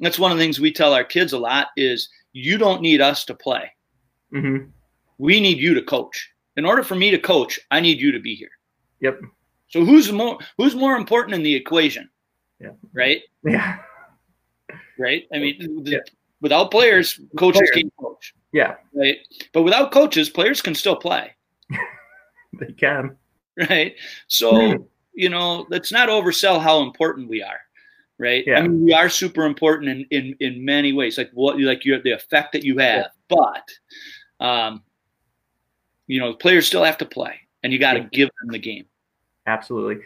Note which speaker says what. Speaker 1: that's one of the things we tell our kids a lot is you don't need us to play.
Speaker 2: Mm-hmm.
Speaker 1: We need you to coach. In order for me to coach, I need you to be here.
Speaker 2: Yep.
Speaker 1: So who's more who's more important in the equation?
Speaker 2: Yeah.
Speaker 1: Right?
Speaker 2: Yeah.
Speaker 1: Right? I mean,
Speaker 2: Yeah.
Speaker 1: without players, coaches
Speaker 2: Players.
Speaker 1: can't coach.
Speaker 2: Yeah.
Speaker 1: Right? But without coaches, players can still play.
Speaker 2: They can.
Speaker 1: Right? So you know, let's not oversell how important we are, right?
Speaker 2: Yeah.
Speaker 1: I mean, we are super important in in, in many ways, like what, like you the effect that you have. But, um, you know, players still have to play, and you got to
Speaker 2: Yeah.
Speaker 1: give them the game.
Speaker 2: Absolutely.